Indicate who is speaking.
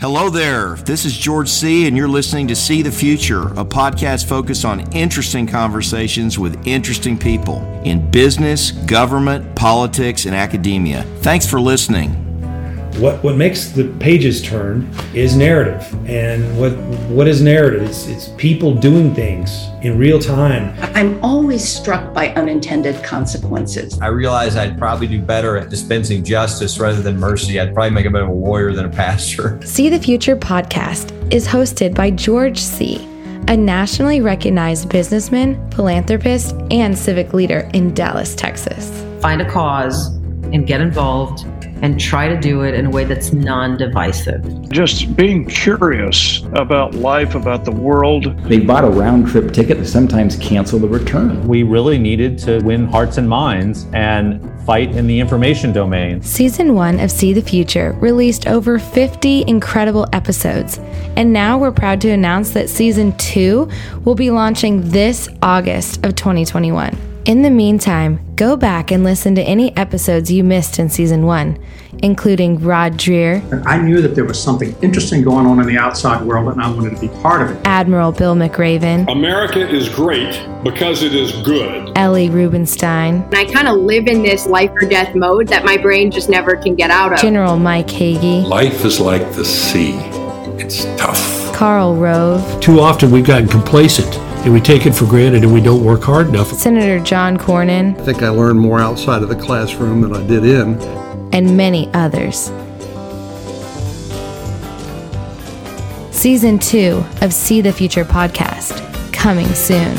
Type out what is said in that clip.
Speaker 1: Hello there. This is George C., and you're listening to See the Future, a podcast focused on interesting conversations with interesting people in business, government, politics, and academia. Thanks for listening.
Speaker 2: What, what makes the pages turn is narrative. And what, what is narrative? It's, it's people doing things in real time.
Speaker 3: I'm always struck by unintended consequences.
Speaker 4: I realized I'd probably do better at dispensing justice rather than mercy. I'd probably make a bit of a warrior than a pastor.
Speaker 5: See the Future podcast is hosted by George C., a nationally recognized businessman, philanthropist, and civic leader in Dallas, Texas.
Speaker 6: Find a cause and get involved and try to do it in a way that's non divisive.
Speaker 7: Just being curious about life, about the world.
Speaker 8: They bought a round trip ticket and sometimes cancel the return.
Speaker 9: We really needed to win hearts and minds and fight in the information domain.
Speaker 5: Season one of See the Future released over 50 incredible episodes. And now we're proud to announce that season two will be launching this August of 2021. In the meantime, go back and listen to any episodes you missed in season one, including Rod Dreer.
Speaker 10: And I knew that there was something interesting going on in the outside world, and I wanted to be part of it.
Speaker 5: Admiral Bill McRaven.
Speaker 11: America is great because it is good.
Speaker 5: Ellie Rubinstein.
Speaker 12: I kind of live in this life or death mode that my brain just never can get out of.
Speaker 5: General Mike Hagee.
Speaker 13: Life is like the sea, it's tough.
Speaker 5: Carl Rove.
Speaker 14: Too often we've gotten complacent and we take it for granted and we don't work hard enough.
Speaker 5: Senator John Cornyn.
Speaker 15: I think I learned more outside of the classroom than I did in.
Speaker 5: And many others. Season 2 of See the Future podcast, coming soon.